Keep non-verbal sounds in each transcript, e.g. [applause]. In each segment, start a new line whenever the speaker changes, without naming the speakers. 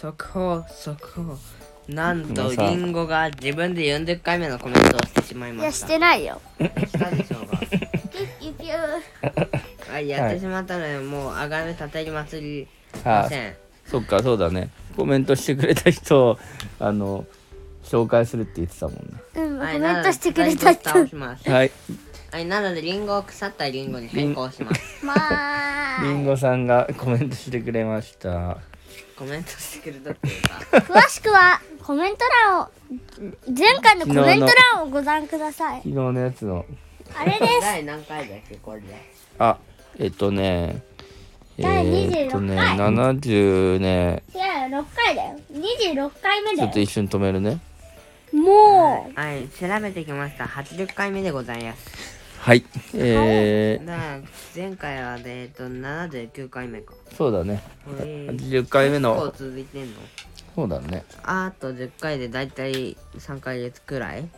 そこそこなんとリンゴが自分で40回目のコメントをしてしまい
い
ま
や
し
したてないよ
したでしょうが
ピュピュピュ
はい、やってしまったので、もうあがめたたり祭り
は
ま
い
せん
そっかそうだねコメントしてくれた人をあの紹介するって言ってたもんね
うんコ
はい
メントしてくれ
な
た
ので
人
蓋をします
はい
はいなのでリンゴを腐ったリンゴに変更します
ま
りん
あ
ごさんがコメントしてくれました
コメントしてくれたっていうか
詳しくはコメント欄を前回のコメント欄をご覧ください
昨日のやつの
あれです
[laughs]
第何回だっけこれで
あえっとねえ
第26
ーっとね
回
70ね
違うよ6回だよ26回目
ちょ
だ
っと
よ
一瞬止めるね
も
はい調べてきました80回目でございます
はいえ
だから前回はでえっと79回目か
ー、そうだね
ほい
80回目
結構
の
続いてんの
そうだね
あと10回でだいたい3ヶ月くらい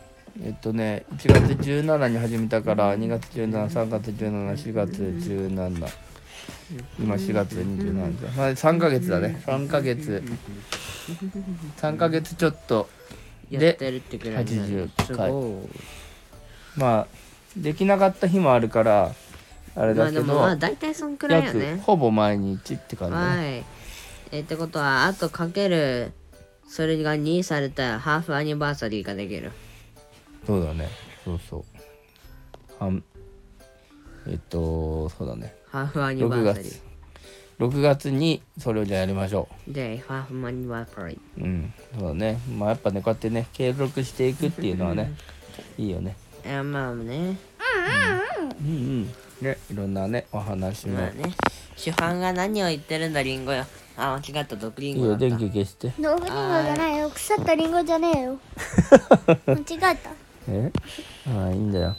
えっとね1月17に始めたから2月173月174月17今4月27日だ、まあ、3ヶ月だね3ヶ月3ヶ月ちょっと
や
で
ってるってくらいになる
80回
すごい
まあできなかった日もあるからあれ
ま
だ
あ
け
で
ど、
もまあ大体そんくらいよ
約
ね
ほぼ毎日って感じだね、
はい。えーってことは、あとかける、それが2されたハーフアニバーサリーができる。
そうだねそうそう半えっとそうだね
ハーフアニバ
6
ーサリー
月。6月にそれをじゃあやりましょ
で、ハーフアニバーサリー。
ううんそうだねまあやっぱねこうやってね継続していくっていうのはねいいよね
えーまあね、
うんうんねいろんなねお話も、
まあね。主犯が何を言ってるんだ、リンゴよ。あ、間違った、毒リ
い
ン
い
ゴだ
よ
った。
電気消して
う道具リンゴじゃないよ腐ったリンゴじゃね
[laughs]
えよ間違えた
えああいいんだよ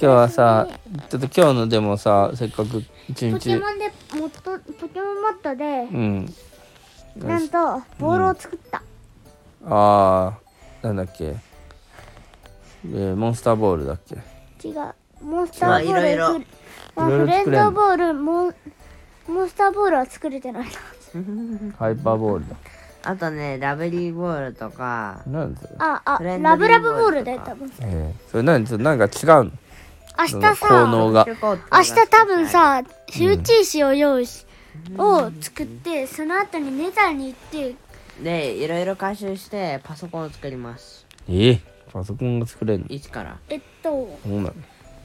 今日はさちょっと今日のでもさせっかく一
ポケ
日
モンでもっとポケモンモットで
うん
なんとボールを作った、
ああなんだっけ、えーモンスターボールだっけ
違うモンスターボール
まあいろいろ
フレまあ
いろいろ
フレ
作
ン
れんの
ドボールモンモンスターボールは作れてない
ハイパーボールだ
あとね、ラベリーボールとか、
なんだそれ
ああ
フレンド
ラブラブボールだ
リン
よ
ゴとか
多分
えー、それ何それなんか違うの
明
そ
日
の効能
さ
が
特殊コートが
明日多分、さ火打ち石を用意し、を作ってその後にネザーに行って
で、いろいろ回収して、パソコンを作ります。
えー、パソコンが作れるの
一から。
えっと
そうなの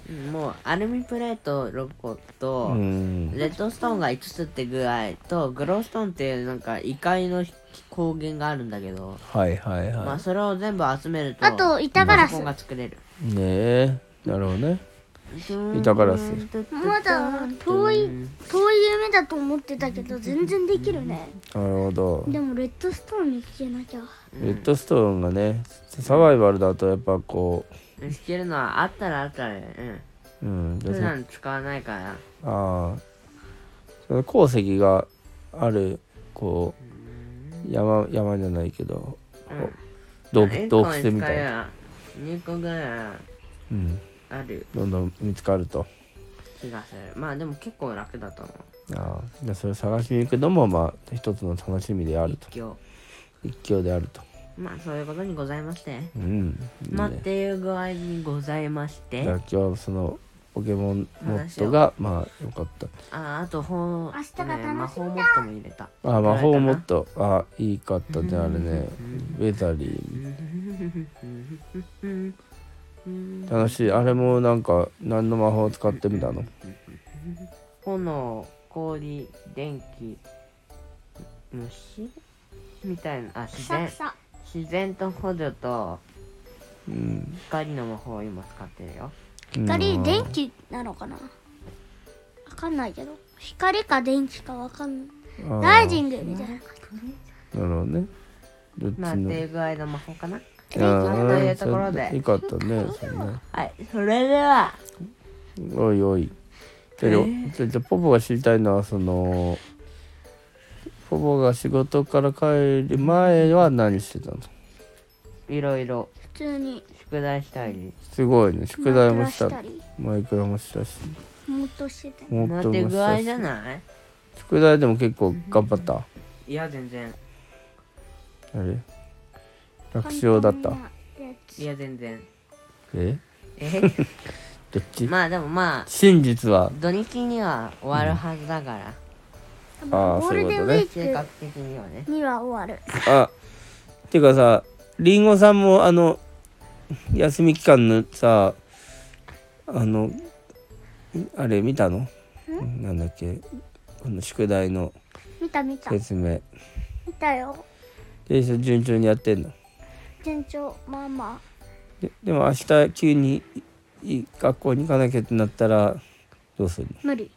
うんもう、アルミプレート6個と、
うーん
レッドストーンが5つって具合とグローストーンっていうなんか異界の光源があるんだけど、
はいはい
まあ
は
それを全部集めると
あと板ガ
パ
ラ
ソ
ス
コン
も
が作れる
いねえなるほどね板ガラス
だ遠い遠い夢だと思ってたけど全然できるね
なるほど
でもレッドストーンに消えなきゃ
レッドストーンがねサバイバルだとやっぱこ
弾けるのはあったらあったらうん
ううんで
普
そあ
段使わないから
あーその鉱石があるこう山山じゃないけど、
うん
洞
一
窟
個
洞
に
窟みたい
使え
な、
ば二個ぐらい
うん、
ある
どんどん見つかると
気がするまあでも結構楽だと思う
ああでそれを探しに行くのもまあ一つの楽しみであると
一挙
一興であると
まあそういうことにございまして
うんいいね
まあっていう具合にございまして
じゃあ今日そのポケモンモットがまあよかった
ああとほう
明日が楽し
魔法モ
みだ
ットも入れた
あ魔法もっ
ト
とあいいかったねあれねウェザリー楽しいあれもなんか何の魔法を使ってみたの
炎氷電気虫みたいなあ自
草
然
草
自然と補助と
うん
光の魔法を今使ってるよ
光電気なのかなわかんないけど光か電気かわかんない
ああ
ライジングみたいな
なるほどねどっち
まあって
の
いう具合の魔法かな
ああ
というところで
そうよかったねそれね
はいそれでは
おいおい。じゃあ、じゃあじゃあポポが知りたいのはそのポポが仕事から帰る前は何してたの
いろいろ
普通に
宿題したり
すごいね宿題もした
マイクラし
マイクラもしたし
たりもっとしてた
も
まあ
っ
っ
と
てい
も
う
し
具合
たし
じゃない
宿題でも結構頑張った
いや全然
誰楽勝だった
簡単なやつ
いや全然
え
え [laughs]
どっち
まあでもまあ
真実は
土日には終わるはずだから、
多分
あー
ゴールデンウ
そういう
ィ
こ
性
ー
格的にはね
クには終わる
あていうかさりんごさんもあの休み期間のさあのあれ見たのなんだっけこの宿題の
見た見た
説明
見たよ
で順調にやってんの
順調まあま
ででも明日急にいい学校に行かなきゃってなったらどうする
あ無理い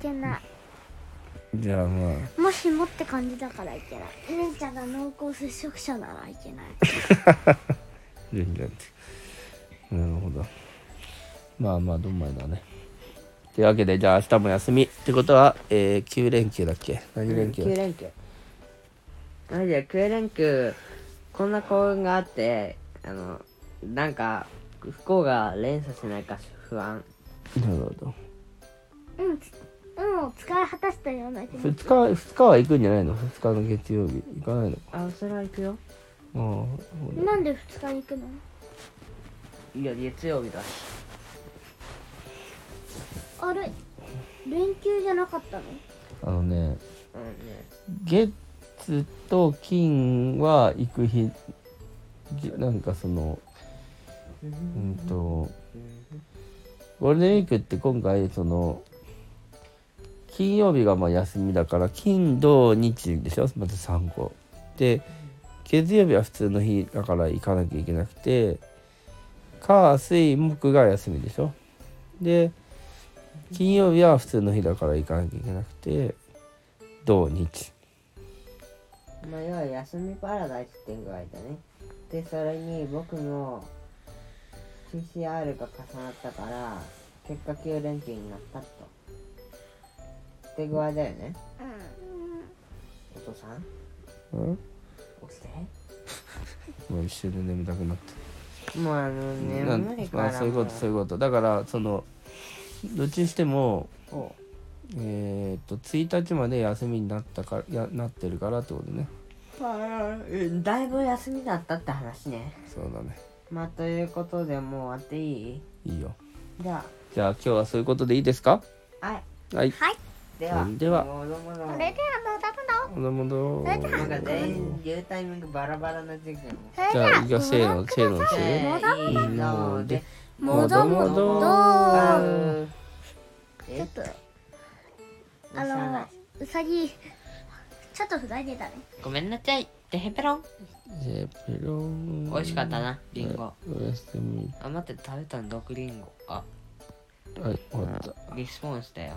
けない
のじゃあまあ
もしもって感じだからいけない姉ちゃんが濃厚接触者ならいけない
順調ってなるほどまあまあどんまいだねというわけでじゃあ明日も休みってことは、えー、9連休だっけ何連休だっ
9
け
連休マジで9連休こんな幸運があってあのなんか不幸が連鎖しないか不安
なるほど
うんつ運を使い果たしたような気
2
持ち
日は2日は行くんじゃないの2日の月曜日行かないの
あそれは行くよ
ああ
なんで2日に行くの
いや月曜日だし
あれ連休じゃなかったの
あのね
うんね
月と金は行く日じなんかそのうんとゴールデンウィークって今回その金曜日がまあ休みだから金土日でしょまず3個で月曜日は普通の日だから行かなきゃいけなくて火水木が休みでしょで金曜日は普通の日だから行かなきゃいけなくて土日
まあ要は休みパラダイスって具合だねでそれに僕の PCR が重なったから結果9連休になったとって具合だよね
う
お父さん
うん
起きて
もう一瞬で眠たくなった
もうあの
なん
眠いか
まあ
ら
そういうことそういうことだからそのどっちにしても
お
えー、と1日まで休みになったかやなってるからってことね
だいぶ休みだったって話ね
そうだね
まあということでもう終わっていい
いいよ
じゃ
じゃあ今日はそういうことでいいですか
あはい
はい
はい
では
では
もうどうもどう
ん
も
それではまたの
ほどもどう
なんか全員言うタイミングバラバラな時間
それ
じ
で
ゃあ
はい
いよせーのせーのせーの
せーので
もどもど
ーん
ちょ
え
っと
あ
あの
の
うさぎちょっとふざけたね
ごめんなさいでへぺろん
えーペロン
美味しかったなリンゴ
おやすみ
あ待って食べたの毒リンゴあ
はい終わった
リスポンスだよ